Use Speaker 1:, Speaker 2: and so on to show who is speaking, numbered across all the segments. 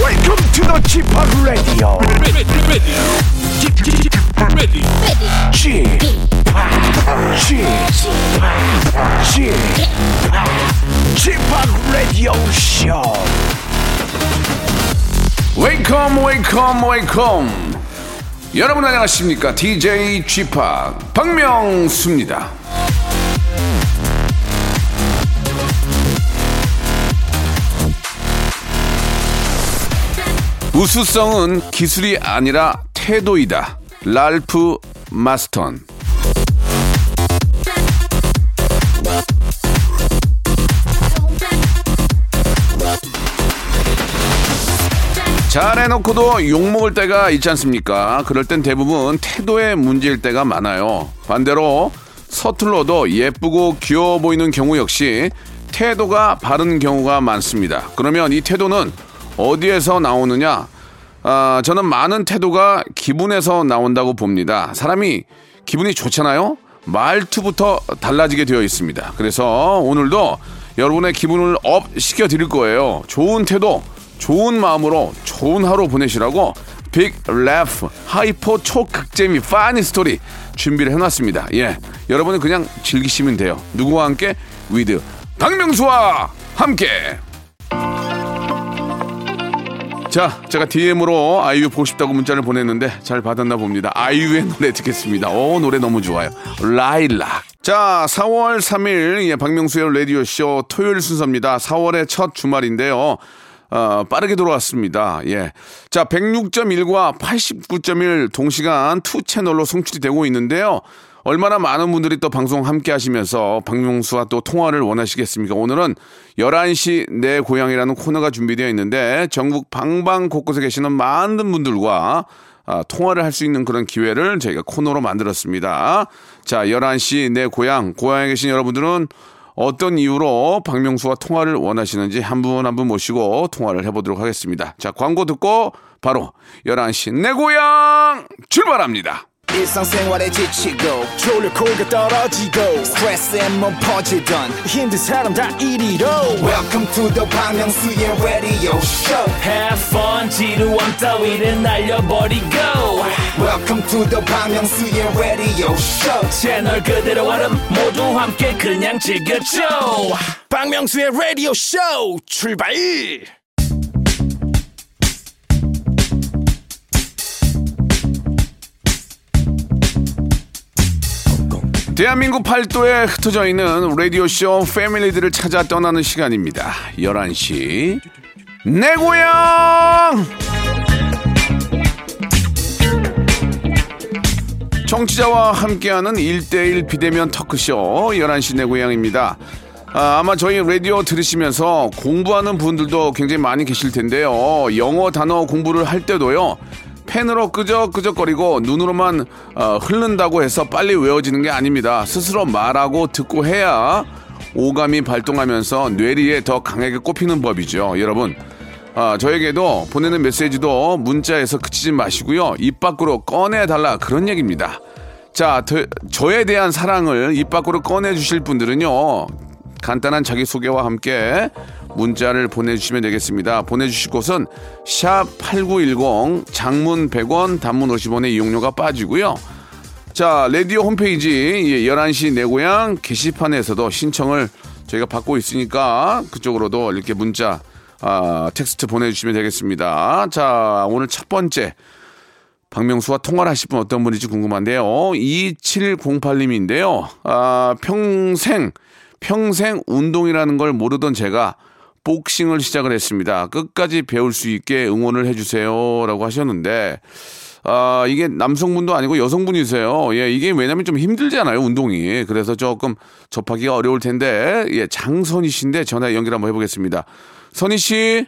Speaker 1: Welcome to the g p o p Radio.
Speaker 2: ready, ready, ready,
Speaker 1: g p o p G-POP, G-POP Radio Show.
Speaker 3: 웨이컴 웨이컴 웨이컴 여러분 안녕하십니까 DJ g p o p 박명수입니다 우수성은 기술이 아니라 태도이다 랄프 마스턴 잘해놓고도 욕먹을 때가 있지 않습니까? 그럴 땐 대부분 태도의 문제일 때가 많아요. 반대로 서툴러도 예쁘고 귀여워 보이는 경우 역시 태도가 바른 경우가 많습니다. 그러면 이 태도는 어디에서 나오느냐? 아, 저는 많은 태도가 기분에서 나온다고 봅니다. 사람이 기분이 좋잖아요? 말투부터 달라지게 되어 있습니다. 그래서 오늘도 여러분의 기분을 업 시켜드릴 거예요. 좋은 태도, 좋은 마음으로 좋은 하루 보내시라고 빅 래프 하이퍼 초극재미 파니 스토리 준비를 해놨습니다. 예, 여러분은 그냥 즐기시면 돼요. 누구와 함께? 위드 박명수와 함께! 자, 제가 DM으로 아이유 보고 싶다고 문자를 보냈는데 잘 받았나 봅니다. 아이유의 노래 듣겠습니다. 오, 노래 너무 좋아요. 라일락. 자, 4월 3일, 예, 박명수의 라디오쇼 토요일 순서입니다. 4월의 첫 주말인데요. 어, 빠르게 돌아왔습니다. 예. 자, 106.1과 89.1 동시간 투 채널로 송출이 되고 있는데요. 얼마나 많은 분들이 또 방송 함께 하시면서 박명수와 또 통화를 원하시겠습니까? 오늘은 11시 내 고향이라는 코너가 준비되어 있는데 전국 방방 곳곳에 계시는 많은 분들과 아, 통화를 할 수 있는 그런 기회를 저희가 코너로 만들었습니다. 자, 11시 내 고향, 고향에 계신 여러분들은 어떤 이유로 박명수와 통화를 원하시는지 한 분 한 분 모시고 통화를 해보도록 하겠습니다. 자, 광고 듣고 바로 11시 내 고향 출발합니다.
Speaker 4: 일상생활에 지치고, 졸려 코가 떨어지고, 스트레스에 몸 퍼지던, 힘든 사람 다 이리로. welcome to the Bang Myung-soo's radio show
Speaker 5: Have fun 지루한 따위를 날려버리고
Speaker 4: welcome to the Bang Myung-soo's radio show
Speaker 5: 채널 그대로 얼음 모두 함께 그냥 즐겨줘
Speaker 2: 박명수의 라디오 쇼 출발!
Speaker 3: 대한민국 팔도에 흩어져 있는 라디오쇼 패밀리들을 찾아 떠나는 시간입니다. 11시 내 고향! 청취자와 함께하는 일대일 비대면 터크쇼 11시 내 고향입니다. 아, 아마 저희 라디오 들으시면서 공부하는 분들도 굉장히 많이 계실 텐데요. 영어 단어 공부를 할 때도요. 펜으로 끄적끄적거리고 눈으로만 어, 흐른다고 해서 빨리 외워지는 게 아닙니다. 스스로 말하고 듣고 해야 오감이 발동하면서 뇌리에 더 강하게 꼽히는 법이죠. 여러분 아, 저에게도 보내는 메시지도 문자에서 그치지 마시고요. 입 밖으로 꺼내달라 그런 얘기입니다. 자, 저- 저에 대한 사랑을 입 밖으로 꺼내주실 분들은요. 간단한 자기소개와 함께 문자를 보내주시면 되겠습니다. 보내주실 곳은 샵8910 장문 100원 단문 50원의 이용료가 빠지고요. 자, 라디오 홈페이지 예, 11시 내 고향 게시판에서도 신청을 저희가 받고 있으니까 그쪽으로도 이렇게 문자, 아, 텍스트 보내주시면 되겠습니다. 자, 오늘 첫 번째. 박명수와 통화를 하실 분 어떤 분인지 궁금한데요. 2708님인데요. 아, 평생, 평생 운동이라는 걸 모르던 제가 복싱을 시작을 했습니다. 끝까지 배울 수 있게 응원을 해주세요. 라고 하셨는데, 아, 이게 남성분도 아니고 여성분이세요. 예, 이게 왜냐면 좀 힘들잖아요, 운동이. 그래서 조금 접하기가 어려울 텐데, 예, 장선희 씨인데 전화 연결 한번 해보겠습니다. 선희 씨,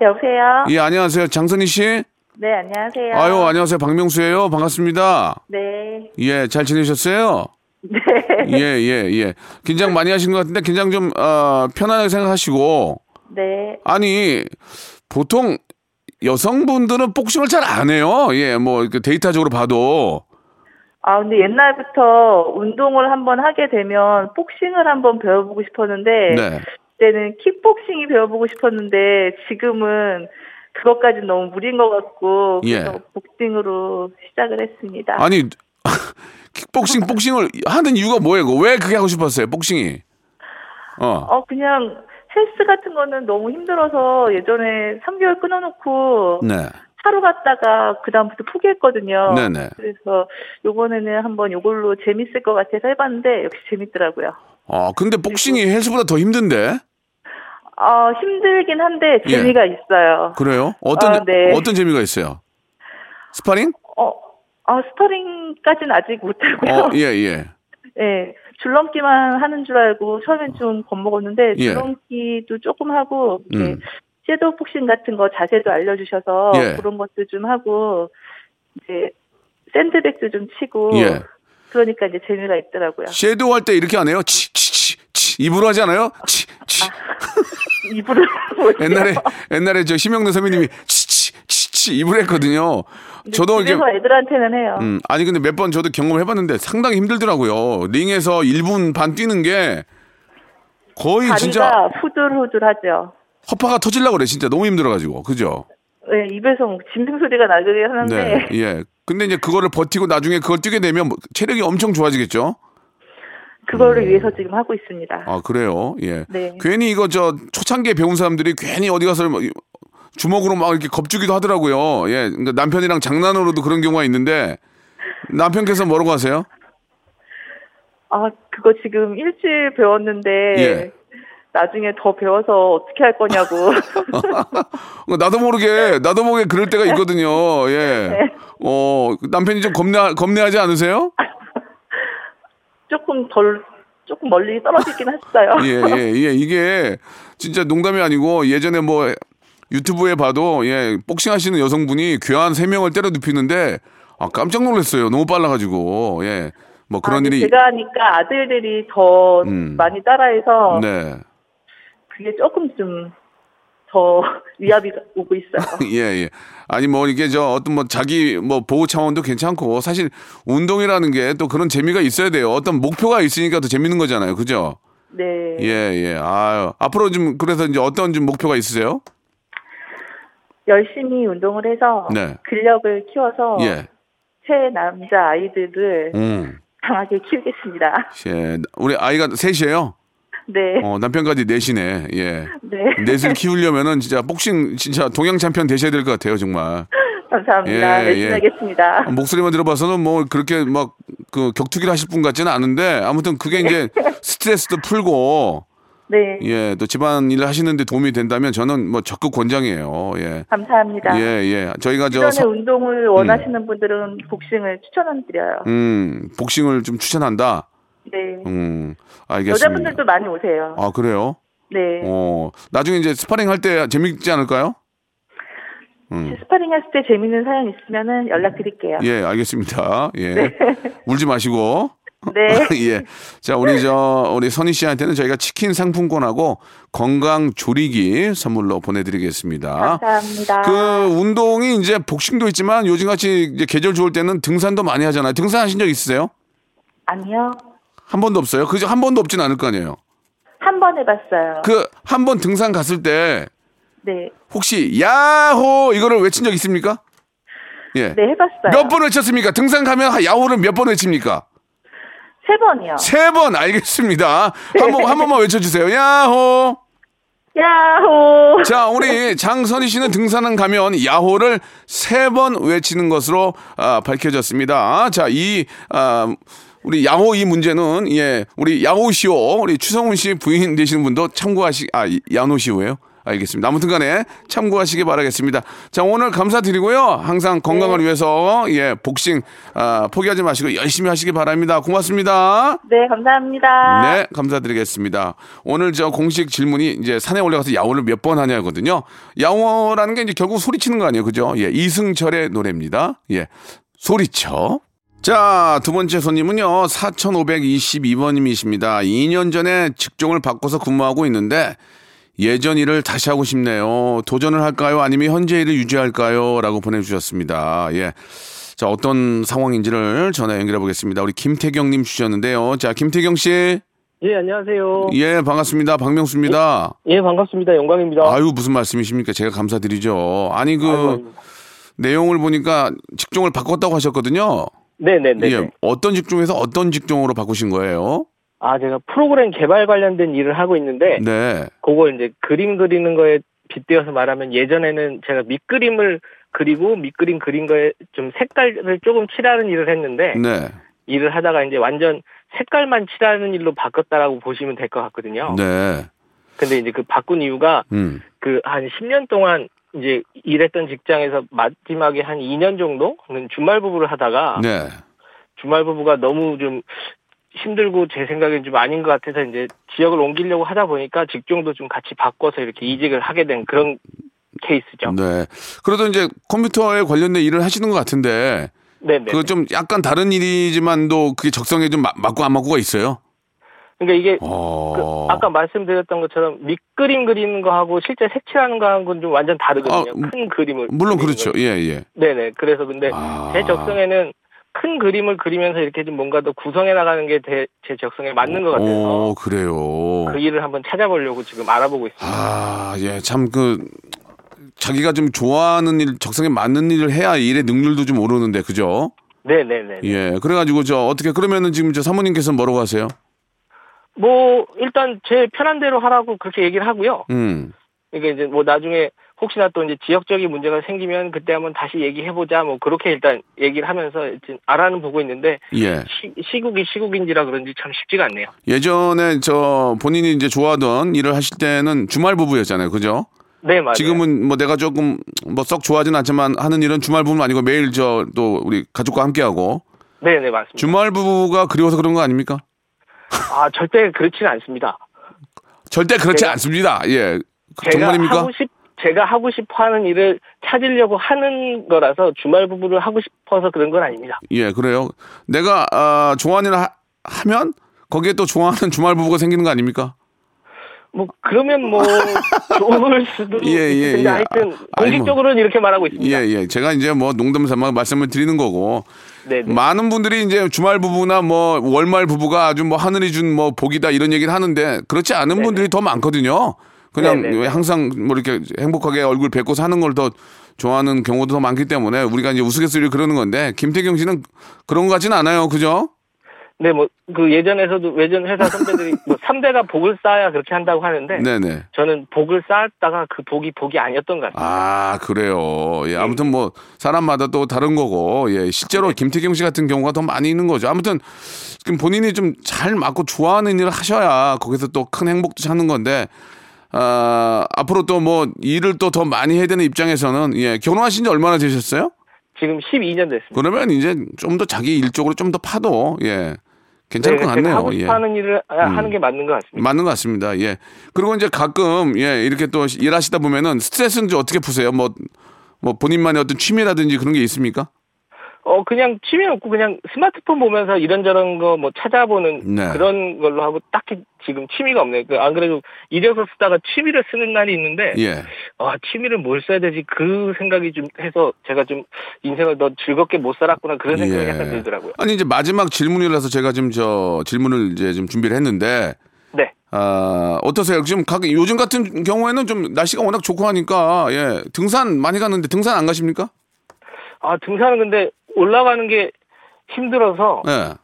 Speaker 6: 여보세요?
Speaker 3: 예, 안녕하세요. 장선희 씨.
Speaker 6: 네, 안녕하세요.
Speaker 3: 아유, 안녕하세요. 박명수예요. 반갑습니다.
Speaker 6: 네.
Speaker 3: 예, 잘 지내셨어요? 네. 예, 예, 예. 긴장 많이 하신 것 같은데 긴장 좀 어, 편안하게 생각하시고
Speaker 6: 네.
Speaker 3: 아니 보통 여성분들은 복싱을 잘 안 해요. 예, 뭐 이렇게 데이터적으로 봐도
Speaker 6: 아, 근데 옛날부터 운동을 한번 하게 되면 복싱을 한번 배워보고 싶었는데
Speaker 3: 네.
Speaker 6: 그때는 킥복싱이 배워보고 싶었는데 지금은 그것까지 너무 무리인 것 같고 그래서
Speaker 3: 예.
Speaker 6: 복싱으로 시작을 했습니다.
Speaker 3: 아니 킥복싱 복싱을 하는 이유가 뭐예요? 그거? 왜 그게 하고 싶었어요? 복싱이. 어.
Speaker 6: 어 그냥 헬스 같은 거는 너무 힘들어서 예전에 3개월 끊어놓고
Speaker 3: 네.
Speaker 6: 하루 갔다가 그 다음부터 포기했거든요.
Speaker 3: 네네.
Speaker 6: 그래서 요번에는 한번 요걸로 재밌을 것 같아서 해봤는데 역시 재밌더라고요.
Speaker 3: 아, 근데 복싱이 헬스보다 더 힘든데.
Speaker 6: 어 힘들긴 한데
Speaker 3: 예.
Speaker 6: 재미가 있어요.
Speaker 3: 그래요? 어떤
Speaker 6: 아, 네.
Speaker 3: 어떤 재미가 있어요? 스파링?
Speaker 6: 어, 어 스파링까지는 아직 못하고요.
Speaker 3: 어, 예, 예.
Speaker 6: 예, 줄넘기만 하는 줄 알고 처음엔 좀 겁먹었는데
Speaker 3: 예.
Speaker 6: 줄넘기도 조금 하고 이렇게
Speaker 3: 음.
Speaker 6: 섀도우 복싱 같은 거 자세도 알려주셔서
Speaker 3: 예.
Speaker 6: 그런 것도 좀 하고 이제 샌드백도 좀 치고
Speaker 3: 예.
Speaker 6: 그러니까 이제 재미가 있더라고요.
Speaker 3: 섀도우 할 때 이렇게 안 해요? 치, 치, 치, 치. 입으로 하지 않아요? 치, 치.
Speaker 6: 입으로 못해요.
Speaker 3: 옛날에 옛날에 저 심영래 선배님이 치, 치, 치, 치 입으로 했거든요.
Speaker 6: 근데
Speaker 3: 저도 이게
Speaker 6: 집에서 애들한테는 해요.
Speaker 3: 음, 아니 근데 몇 번 저도 경험해 봤는데 상당히 힘들더라고요. 링에서 1분 반 뛰는 게 거의
Speaker 6: 다리가
Speaker 3: 진짜
Speaker 6: 후들후들하죠.
Speaker 3: 허파가 터질라 그래. 진짜 너무 힘들어 가지고. 그죠?
Speaker 6: 네, 입에서 뭐 짐승 소리가 나게 하는데
Speaker 3: 네. 예. 근데 이제 그거를 버티고 나중에 그걸 뛰게 되면 뭐 체력이 엄청 좋아지겠죠?
Speaker 6: 그거를 위해서 지금 하고 있습니다.
Speaker 3: 음. 아, 그래요? 예.
Speaker 6: 네.
Speaker 3: 괜히 이거 저 초창기에 배운 사람들이 괜히 어디 가서 뭐 이- 주먹으로 막 이렇게 겁주기도 하더라고요. 예. 그러니까 남편이랑 장난으로도 그런 경우가 있는데 남편께서 뭐라고 하세요?
Speaker 6: 아, 그거 지금 일주일 배웠는데
Speaker 3: 예.
Speaker 6: 나중에 더 배워서 어떻게 할 거냐고.
Speaker 3: 나도 모르게
Speaker 6: 네.
Speaker 3: 나도 모르게 그럴 때가 있거든요. 예. 어, 남편이 좀 겁내 겁내하지 않으세요?
Speaker 6: 조금 덜 조금 멀리 떨어지긴 했어요.
Speaker 3: 예, 예, 예. 이게 진짜 농담이 아니고 예전에 뭐 유튜브에 봐도 예, 복싱 하시는 여성분이 괴한 세 명을 때려 눕히는데 아, 깜짝 놀랐어요. 너무 빨라 가지고. 예. 뭐 그런
Speaker 6: 아니,
Speaker 3: 일이
Speaker 6: 제가 하니까 아들들이 더
Speaker 3: 음.
Speaker 6: 많이 따라해서
Speaker 3: 네.
Speaker 6: 그게 조금 좀 더 위압이 오고 있어요.
Speaker 3: 예, 예. 아니 뭐 이게 저 어떤 뭐 자기 뭐 보호 차원도 괜찮고 사실 운동이라는 게 또 그런 재미가 있어야 돼요. 어떤 목표가 있으니까 더 재밌는 거잖아요. 그죠?
Speaker 6: 네.
Speaker 3: 예, 예. 아, 앞으로 좀 그래서 이제 어떤 좀 목표가 있으세요?
Speaker 6: 열심히 운동을 해서
Speaker 3: 네.
Speaker 6: 근력을 키워서
Speaker 3: 예.
Speaker 6: 새 남자 아이들을
Speaker 3: 음.
Speaker 6: 강하게 키우겠습니다.
Speaker 3: 예. 우리 아이가 셋이에요.
Speaker 6: 네.
Speaker 3: 어, 남편까지 넷이네. 예.
Speaker 6: 네.
Speaker 3: 넷을 키우려면은 진짜 복싱 진짜 동양 챔피언 되셔야 될 것 같아요, 정말.
Speaker 6: 감사합니다.
Speaker 3: 예,
Speaker 6: 열심히
Speaker 3: 예.
Speaker 6: 하겠습니다.
Speaker 3: 목소리만 들어봐서는 뭐 그렇게 막 그 격투기를 하실 분 같지는 않은데 아무튼 그게 이제 스트레스도 풀고
Speaker 6: 네.
Speaker 3: 예, 또 집안 일을 하시는데 도움이 된다면 저는 뭐 적극 권장이에요. 예.
Speaker 6: 감사합니다.
Speaker 3: 예, 예. 저희가 저
Speaker 6: 주변에
Speaker 3: 서-
Speaker 6: 운동을 원하시는 분들은 복싱을 추천드려요.
Speaker 3: 음, 복싱을 좀 추천한다.
Speaker 6: 네.
Speaker 3: 음. 알겠습니다.
Speaker 6: 여자분들도 많이 오세요.
Speaker 3: 아, 그래요?
Speaker 6: 네.
Speaker 3: 어, 나중에 이제 스파링 할 때 재밌지 않을까요?
Speaker 6: 스파링 했을 때 재밌는 사연 있으면은 연락드릴게요.
Speaker 3: 음. 예, 알겠습니다. 예. 울지 마시고.
Speaker 6: 네.
Speaker 3: 예. 자, 우리 저, 우리 선희 씨한테는 저희가 치킨 상품권하고 건강 조리기 선물로 보내드리겠습니다.
Speaker 6: 감사합니다.
Speaker 3: 아, 예. 그 운동이 이제 복싱도 있지만 요즘같이 이제 계절 좋을 때는 등산도 많이 하잖아요. 등산하신 적 있으세요?
Speaker 6: 아니요.
Speaker 3: 한 번도 없어요? 그죠? 한 번도 없진 않을 거 아니에요.
Speaker 6: 한 번 해봤어요.
Speaker 3: 그 한 번 등산 갔을 때
Speaker 6: 네.
Speaker 3: 혹시 야호 이거를 외친 적 있습니까? 예.
Speaker 6: 네, 해봤어요.
Speaker 3: 몇 번 외쳤습니까? 등산 가면 야호를 몇 번 외칩니까?
Speaker 6: 세 번이요.
Speaker 3: 세 번 알겠습니다. 한 번 한 번만 외쳐주세요. 야호.
Speaker 6: 야호!
Speaker 3: 자 우리 장선희 씨는 등산은 가면 야호를 세 번 외치는 것으로 아, 밝혀졌습니다. 자이 아, 우리 야호 이 문제는 예 우리 야호 씨오 우리 추성훈 씨 부인 되시는 분도 참고하시 아 이- 야노 씨오예요. 알겠습니다. 아무튼간에 참고하시기 바라겠습니다. 자 오늘 감사드리고요. 항상 건강을 위해서 예 복싱 아, 포기하지 마시고 열심히 하시기 바랍니다. 고맙습니다.
Speaker 6: 네, 감사합니다.
Speaker 3: 네, 감사드리겠습니다. 오늘 저 공식 질문이 이제 산에 올라가서 야호를 몇 번 하냐거든요. 야호라는 게 이제 결국 소리치는 거 아니에요, 그죠? 예, 이승철의 노래입니다. 예, 소리쳐. 자, 두 번째 손님은요, 4522번님이십니다. 2년 전에 직종을 바꿔서 근무하고 있는데, 예전 일을 다시 하고 싶네요. 도전을 할까요? 아니면 현재 일을 유지할까요? 라고 보내주셨습니다. 예. 자, 어떤 상황인지를 전화 연결해 보겠습니다. 우리 김태경님 주셨는데요. 자, 김태경 씨.
Speaker 7: 예, 안녕하세요.
Speaker 3: 예, 반갑습니다. 박명수입니다.
Speaker 7: 예, 반갑습니다. 영광입니다.
Speaker 3: 아유, 무슨 말씀이십니까? 제가 감사드리죠. 아니, 그,
Speaker 7: 아이고, 아이고.
Speaker 3: 내용을 보니까 직종을 바꿨다고 하셨거든요.
Speaker 7: 네네네.
Speaker 3: 예, 어떤 직종에서 어떤 직종으로 바꾸신 거예요?
Speaker 7: 아, 제가 프로그램 개발 관련된 일을 하고 있는데,
Speaker 3: 네.
Speaker 7: 그거 이제 그림 그리는 거에 빗대어서 말하면 예전에는 제가 밑그림을 그리고 밑그림 그린 거에 좀 색깔을 조금 칠하는 일을 했는데,
Speaker 3: 네.
Speaker 7: 일을 하다가 이제 완전 색깔만 칠하는 일로 바꿨다라고 보시면 될 것 같거든요.
Speaker 3: 네.
Speaker 7: 근데 이제 그 바꾼 이유가
Speaker 3: 음.
Speaker 7: 그 한 10년 동안 이제 일했던 직장에서 마지막에 한 2년 정도는 주말 부부를 하다가
Speaker 3: 네.
Speaker 7: 주말 부부가 너무 좀 힘들고 제 생각엔 좀 아닌 것 같아서 이제 지역을 옮기려고 하다 보니까 직종도 좀 같이 바꿔서 이렇게 이직을 하게 된 그런 케이스죠.
Speaker 3: 네. 그래도 이제 컴퓨터에 관련된 일을 하시는 것 같은데,
Speaker 7: 네, 네.
Speaker 3: 그거 좀 약간 다른 일이지만도 그게 적성에 좀 마- 맞고 안 맞고가 있어요?
Speaker 7: 그러니까 이게 그
Speaker 3: 어.
Speaker 7: 아까 말씀드렸던 것처럼 밑그림 그리는 거하고 실제 색칠하는 거하고는 좀 완전
Speaker 3: 아,
Speaker 7: 다르거든요.
Speaker 3: 음,
Speaker 7: 큰 그림을
Speaker 3: 물론
Speaker 7: 그리는
Speaker 3: 그렇죠. 예, 예.
Speaker 7: 네네. 그래서 근데
Speaker 3: 아.
Speaker 7: 제 적성에는 큰 그림을 그리면서 이렇게 좀 뭔가 더 구성해 나가는 게 제 적성에 맞는 것 같아서
Speaker 3: 오, 그래요.
Speaker 7: 그 일을 한번 찾아보려고 지금 알아보고 있습니다.
Speaker 3: 아, 예, 참 그 자기가 좀 좋아하는 일, 적성에 맞는 일을 해야 일의 능률도 좀 오르는데, 그죠?
Speaker 7: 네네네.
Speaker 3: 예, 그래가지고 저 어떻게 그러면은 지금 저 사모님께서 는 뭐라고 하세요?
Speaker 7: 뭐 일단 제 편한 대로 하라고 그렇게 얘기를 하고요.
Speaker 3: 음,
Speaker 7: 이게 이제 뭐 나중에 혹시나 또 이제 지역적인 문제가 생기면 그때 한번 다시 얘기해보자 뭐 그렇게 일단 얘기를 하면서 이제 알아는 보고 있는데
Speaker 3: 예.
Speaker 7: 시, 시국이 시국인지라 그런지 참 쉽지가 않네요.
Speaker 3: 예전에 저 본인이 이제 좋아하던 일을 하실 때는 주말 부부였잖아요, 그죠?
Speaker 7: 네 맞아요.
Speaker 3: 지금은 뭐 내가 조금 뭐 썩 좋아하진 않지만 하는 일은 주말 부부는 아니고 매일 저 또 우리 가족과 함께하고
Speaker 7: 네네 맞습니다.
Speaker 3: 주말 부부가 그리워서 그런 거 아닙니까?
Speaker 7: 아 절대 그렇지는 않습니다.
Speaker 3: 절대 그렇지
Speaker 7: 제가-
Speaker 3: 않습니다. 예,
Speaker 7: 제가
Speaker 3: 정말입니까?
Speaker 7: 하고 싶 제가 하고 싶어하는 일을 찾으려고 하는 거라서 주말 부부를 하고 싶어서 그런 건 아닙니다.
Speaker 3: 예, 그래요. 내가 아, 좋아하는 일을 하, 하면 거기에 또 좋아하는 주말 부부가 생기는 거 아닙니까?
Speaker 7: 뭐 그러면 뭐 좋을 수도
Speaker 3: 예, 예,
Speaker 7: 있을 텐데
Speaker 3: 예.
Speaker 7: 하여튼
Speaker 3: 아니, 뭐.
Speaker 7: 공식적으로는 이렇게 말하고
Speaker 3: 예,
Speaker 7: 있습니다.
Speaker 3: 예. 제가 이제 뭐 농담 삼아 말씀을 드리는 거고
Speaker 7: 네, 네.
Speaker 3: 많은 분들이 이제 주말 부부나 뭐 월말 부부가 아주 뭐 하늘이 준 뭐 복이다 이런 얘기를 하는데 그렇지 않은 분들이 더 많거든요. 그냥
Speaker 7: 네, 네네.
Speaker 3: 왜 항상 뭐 이렇게 행복하게 얼굴 뵙고 사는 걸 더 좋아하는 경우도 더 많기 때문에 우리가 이제 우스갯소리로 그러는 건데 김태경 씨는 그런 것 같진 않아요. 그죠?
Speaker 7: 네, 뭐 그 예전에서도 외전 회사 선배들이 뭐 3대가 복을 쌓아야 그렇게 한다고 하는데
Speaker 3: 네네.
Speaker 7: 저는 복을 쌓았다가 그 복이 복이 아니었던 것 같아요.
Speaker 3: 아 그래요. 예, 아무튼 뭐 사람마다 또 다른 거고 예, 실제로
Speaker 7: 네.
Speaker 3: 김태경 씨 같은 경우가 더 많이 있는 거죠. 아무튼 지금 본인이 좀 잘 맞고 좋아하는 일을 하셔야 거기서 또 큰 행복도 찾는 건데 아, 앞으로 또 뭐 일을 또 더 많이 해야 되는 입장에서는 예, 결혼하신 지 얼마나 되셨어요?
Speaker 7: 지금 12년 됐습니다.
Speaker 3: 그러면 이제 좀 더 자기 일 쪽으로 좀 더 파도 예, 괜찮을 것
Speaker 7: 제가
Speaker 3: 같네요.
Speaker 7: 하고
Speaker 3: 예. 음.
Speaker 7: 싶어하는 일을 아, 하는 게 맞는 것 같습니다.
Speaker 3: 맞는 것 같습니다. 예. 그리고 이제 가끔 예 이렇게 또 일하시다 보면은 스트레스는 좀 어떻게 푸세요? 뭐 뭐 본인만의 어떤 취미라든지 그런 게 있습니까?
Speaker 7: 어 그냥 취미 없고 그냥 스마트폰 보면서 이런저런 거 뭐 찾아보는
Speaker 3: 네.
Speaker 7: 그런 걸로 하고 딱히 지금 취미가 없네요. 그 안 그래도 이력서 쓰다가 취미를 쓰는 날이 있는데
Speaker 3: 예.
Speaker 7: 아 취미를 뭘 써야 되지 그 생각이 좀 해서 제가 좀 인생을 더 즐겁게 못 살았구나 그런 생각이
Speaker 3: 예.
Speaker 7: 약간 들더라고요.
Speaker 3: 아니 이제 마지막 질문이라서 제가 지금 저 질문을 이제 좀 준비를 했는데
Speaker 7: 네.
Speaker 3: 아 어떠세요? 지금 가, 요즘 같은 경우에는 좀 날씨가 워낙 좋고 하니까 예 등산 많이 갔는데 등산 안 가십니까?
Speaker 7: 아 등산은 근데 올라가는 게 힘들어서
Speaker 3: 예.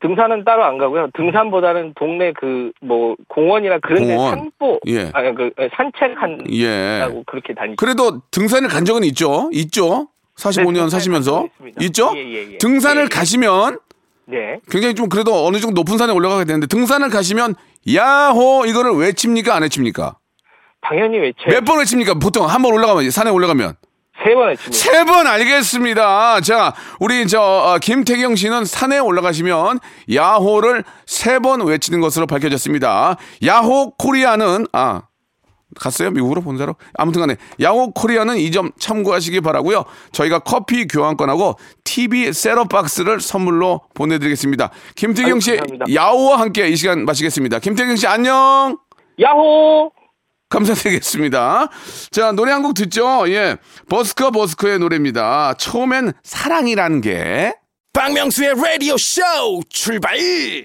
Speaker 7: 등산은 따로 안 가고요. 등산보다는 동네 그 뭐 공원이나 그런 데
Speaker 3: 공원.
Speaker 7: 산보
Speaker 3: 예.
Speaker 7: 아니 그 산책한다고
Speaker 3: 예.
Speaker 7: 그렇게 다니죠.
Speaker 3: 그래도 등산을 간 적은 있죠? 있죠? 45년
Speaker 7: 네, 등산을
Speaker 3: 사시면서
Speaker 7: 간 적은 있습니다.
Speaker 3: 있죠?
Speaker 7: 예, 예, 예.
Speaker 3: 등산을
Speaker 7: 예, 예.
Speaker 3: 가시면
Speaker 7: 네.
Speaker 3: 굉장히 좀 그래도 어느 정도 높은 산에 올라가게 되는데 등산을 가시면 야호 이거를 외칩니까 안 외칩니까?
Speaker 7: 당연히 외쳐요.
Speaker 3: 몇 번 외칩니까? 보통 한 번 올라가면 산에 올라가면
Speaker 7: 세 번 외칩니다.
Speaker 3: 세 번 알겠습니다. 자 우리 저 어, 김태경 씨는 산에 올라가시면 야호를 세 번 외치는 것으로 밝혀졌습니다. 야호 코리아는 아 갔어요 미국으로 본사로 아무튼간에 야호 코리아는 이 점 참고하시기 바라고요. 저희가 커피 교환권하고 TV 셋업 박스를 선물로 보내드리겠습니다. 김태경
Speaker 7: 아유,
Speaker 3: 씨
Speaker 7: 감사합니다.
Speaker 3: 야호와 함께 이 시간 마치겠습니다. 김태경 씨 안녕.
Speaker 7: 야호!
Speaker 3: 감사드리겠습니다. 자, 노래 한 곡 듣죠? 예. 버스커 버스커의 노래입니다. 처음엔 사랑이란 게.
Speaker 2: 박명수의 라디오 쇼 출발!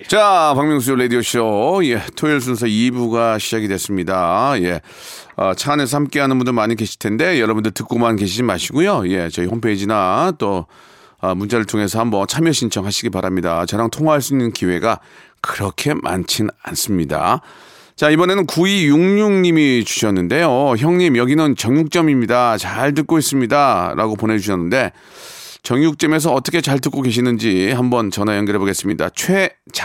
Speaker 3: 자, 박명수 라디오쇼. 예, 토요일 순서 2부가 시작이 됐습니다. 예. 아, 차 안에서 함께 하는 분들 많이 계실 텐데, 여러분들 듣고만 계시지 마시고요. 예, 저희 홈페이지나 또, 아, 문자를 통해서 한번 참여 신청하시기 바랍니다. 저랑 통화할 수 있는 기회가 그렇게 많진 않습니다. 자, 이번에는 9266님이 주셨는데요. 형님, 여기는 정육점입니다. 잘 듣고 있습니다. 라고 보내주셨는데, 정육점에서 어떻게 잘 듣고 계시는지 한번 전화 연결해 보겠습니다.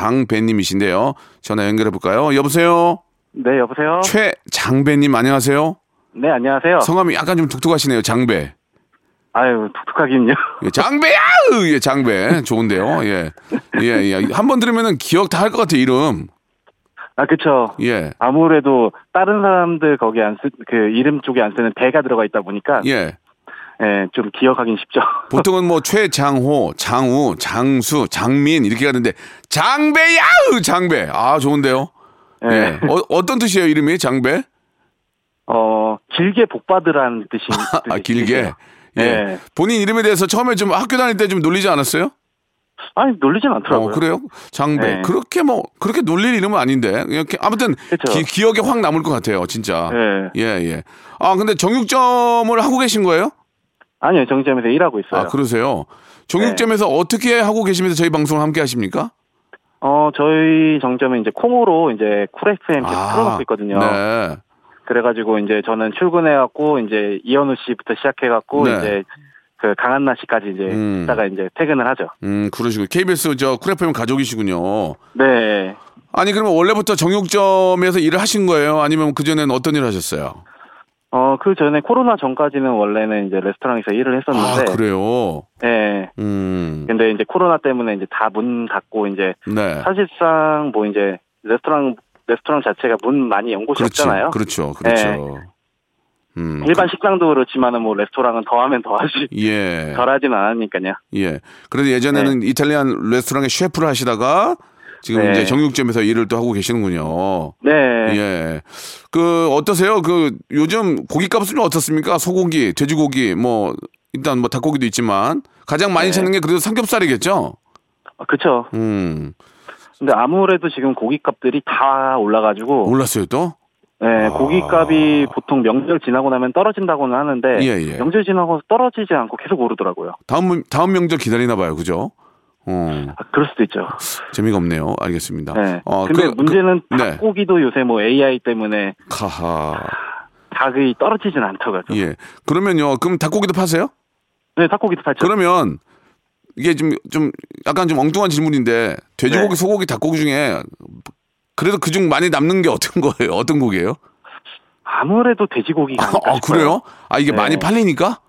Speaker 3: 최장배님이신데요. 전화 연결해 볼까요? 여보세요.
Speaker 7: 네, 여보세요?
Speaker 3: 최장배님 안녕하세요.
Speaker 7: 네, 안녕하세요.
Speaker 3: 성함이 약간 좀 독특하시네요. 장배.
Speaker 7: 아유, 독특하긴요.
Speaker 3: 예, 장배야! 예, 장배. 좋은데요. 예. 예, 예. 한 번 들으면은 기억 다 할 것 같아요, 이름.
Speaker 7: 아, 그쵸.
Speaker 3: 예.
Speaker 7: 아무래도 다른 사람들 거기 안 쓰, 그 이름 쪽에 안 쓰는 대가 들어가 있다 보니까
Speaker 3: 예.
Speaker 7: 예, 좀 기억하긴 쉽죠.
Speaker 3: 보통은 뭐 최장호, 장우, 장수, 장민 이렇게 가는데 장배야! 장배. 아, 좋은데요. 예. 어, 어떤 뜻이에요, 이름이? 장배?
Speaker 7: 어, 길게 복 받으라는 뜻이
Speaker 3: 아, 길게. 예.
Speaker 7: 예.
Speaker 3: 본인 이름에 대해서 처음에 좀 학교 다닐 때 좀 놀리지 않았어요?
Speaker 7: 아니, 놀리진 않더라고요.
Speaker 3: 어, 그래요? 장배.
Speaker 7: 예.
Speaker 3: 그렇게 뭐, 그렇게 놀릴 이름은 아닌데. 이렇게, 아무튼,
Speaker 7: 그쵸.
Speaker 3: 기, 기억에 확 남을 것 같아요, 진짜.
Speaker 7: 예.
Speaker 3: 예, 예. 아, 근데 정육점을 하고 계신 거예요?
Speaker 7: 아니요, 정점에서 일하고 있어요.
Speaker 3: 아,
Speaker 7: 예.
Speaker 3: 그러세요? 정육점에서 어떻게 하고 계시면서 저희 방송을 함께 하십니까?
Speaker 7: 어, 저희 정점은 이제 콩으로 이제 쿨 FM 계속 틀어놓고
Speaker 3: 아,
Speaker 7: 있거든요.
Speaker 3: 네.
Speaker 7: 그래가지고 이제 저는 출근해갖고 이제 이현우 씨부터 시작해갖고
Speaker 3: 네.
Speaker 7: 이제 그 강한나 씨까지 이제
Speaker 3: 음.
Speaker 7: 있다가 이제 퇴근을 하죠.
Speaker 3: 음, 그러시고. KBS 저 크래프엠 가족이시군요.
Speaker 7: 네.
Speaker 3: 아니, 그러면 원래부터 정육점에서 일을 하신 거예요? 아니면 그전엔 어떤 일을 하셨어요?
Speaker 7: 어, 그 전에 코로나 전까지는 원래는 이제 레스토랑에서 일을
Speaker 3: 아,
Speaker 7: 했었는데.
Speaker 3: 그래요?
Speaker 7: 예.
Speaker 3: 음.
Speaker 7: 근데 이제 코로나 때문에 이제 다 문 닫고 이제
Speaker 3: 네.
Speaker 7: 사실상 뭐 이제 레스토랑 레스토랑 자체가 문 많이 연 곳이
Speaker 3: 그렇죠.
Speaker 7: 없잖아요.
Speaker 3: 그렇죠. 그렇죠. 음.
Speaker 7: 일반 식당도 그렇지만은 뭐 레스토랑은 더하면 더하지
Speaker 3: 예.
Speaker 7: 덜하진 않으니까요.
Speaker 3: 예. 그래도 예전에는 이탈리안 레스토랑의 셰프를 하시다가 지금
Speaker 7: 네.
Speaker 3: 이제 정육점에서 일을 또 하고 계시는군요.
Speaker 7: 네.
Speaker 3: 예. 그 어떠세요? 그 요즘 고기값은 어떻습니까? 소고기, 돼지고기, 뭐 일단 뭐 닭고기도 있지만 가장 많이
Speaker 7: 네.
Speaker 3: 찾는 게 그래도 삼겹살이겠죠?
Speaker 7: 아, 그쵸.
Speaker 3: 음.
Speaker 7: 근데 아무래도 지금 고깃값들이 다 올라가지고
Speaker 3: 올랐어요, 아. 또?
Speaker 7: 네, 고깃값이 보통 명절 지나고 나면 떨어진다고는 하는데
Speaker 3: 예, 예.
Speaker 7: 명절 지나고 지지 않고 계속 오르더라고요.
Speaker 3: 다음 다음 명절 기다리나 봐요. 그죠? 어.
Speaker 7: 아, 그럴 수도 있죠.
Speaker 3: 재미가 없네요. 알겠습니다.
Speaker 7: 네.
Speaker 3: 어,
Speaker 7: 근데
Speaker 3: 그-
Speaker 7: 문제는
Speaker 3: 그- 네.
Speaker 7: 닭고기도 요새 뭐 AI 때문에
Speaker 3: 가하.
Speaker 7: 닭이 떨어지진 않더라고요.
Speaker 3: 예. 그러면요. 그럼 닭고기도 파세요?
Speaker 7: 네, 닭고기도 팔죠.
Speaker 3: 그러면 이게 좀 좀 약간 좀 엉뚱한 질문인데 돼지고기,
Speaker 7: 네.
Speaker 3: 소고기, 닭고기 중에 그래도 그중 많이 남는 게 어떤 거예요? 어떤 고기예요?
Speaker 7: 아무래도 돼지고기가
Speaker 3: 아,
Speaker 7: 아닐까
Speaker 3: 아,
Speaker 7: 싶어요.
Speaker 3: 그래요? 아 이게
Speaker 7: 네.
Speaker 3: 많이 팔리니까?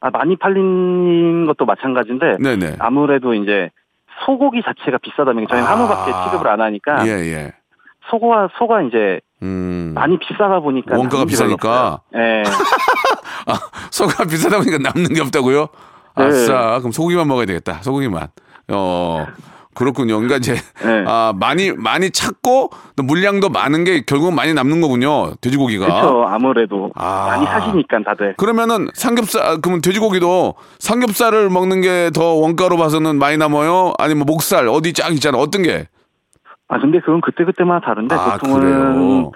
Speaker 7: 아, 많이 팔린 것도 마찬가지인데
Speaker 3: 네네.
Speaker 7: 아무래도 이제 소고기 자체가 비싸다면 저희는
Speaker 3: 아.
Speaker 7: 한우밖에 취급을 안 하니까
Speaker 3: 예 예.
Speaker 7: 소가 소가 이제
Speaker 3: 음.
Speaker 7: 많이 비싸다
Speaker 3: 원가가
Speaker 7: 보니까 남는 게 별로
Speaker 3: 비싸니까.
Speaker 7: 없어요. 예.
Speaker 3: 소가 비싸다 보니까 남는 게 없다고요?
Speaker 7: 네.
Speaker 3: 아싸. 그럼 소고기만 먹어야 되겠다. 소고기만. 어. 그렇군요. 그러니까 이제
Speaker 7: 네.
Speaker 3: 아 많이 많이 찾고 또 물량도 많은 게 결국은 많이 남는 거군요. 돼지고기가.
Speaker 7: 그렇죠. 아무래도
Speaker 3: 아.
Speaker 7: 많이 사시니까 다들.
Speaker 3: 그러면은 삼겹살 아, 그러면 돼지고기도 삼겹살을 먹는 게 더 원가로 봐서는 많이 남아요. 아니면 목살 어디 쫙 있잖아. 어떤 게?
Speaker 7: 아 근데 그건 그때 그때마다 다른데
Speaker 3: 아
Speaker 7: 네, 보통은
Speaker 3: 그래요.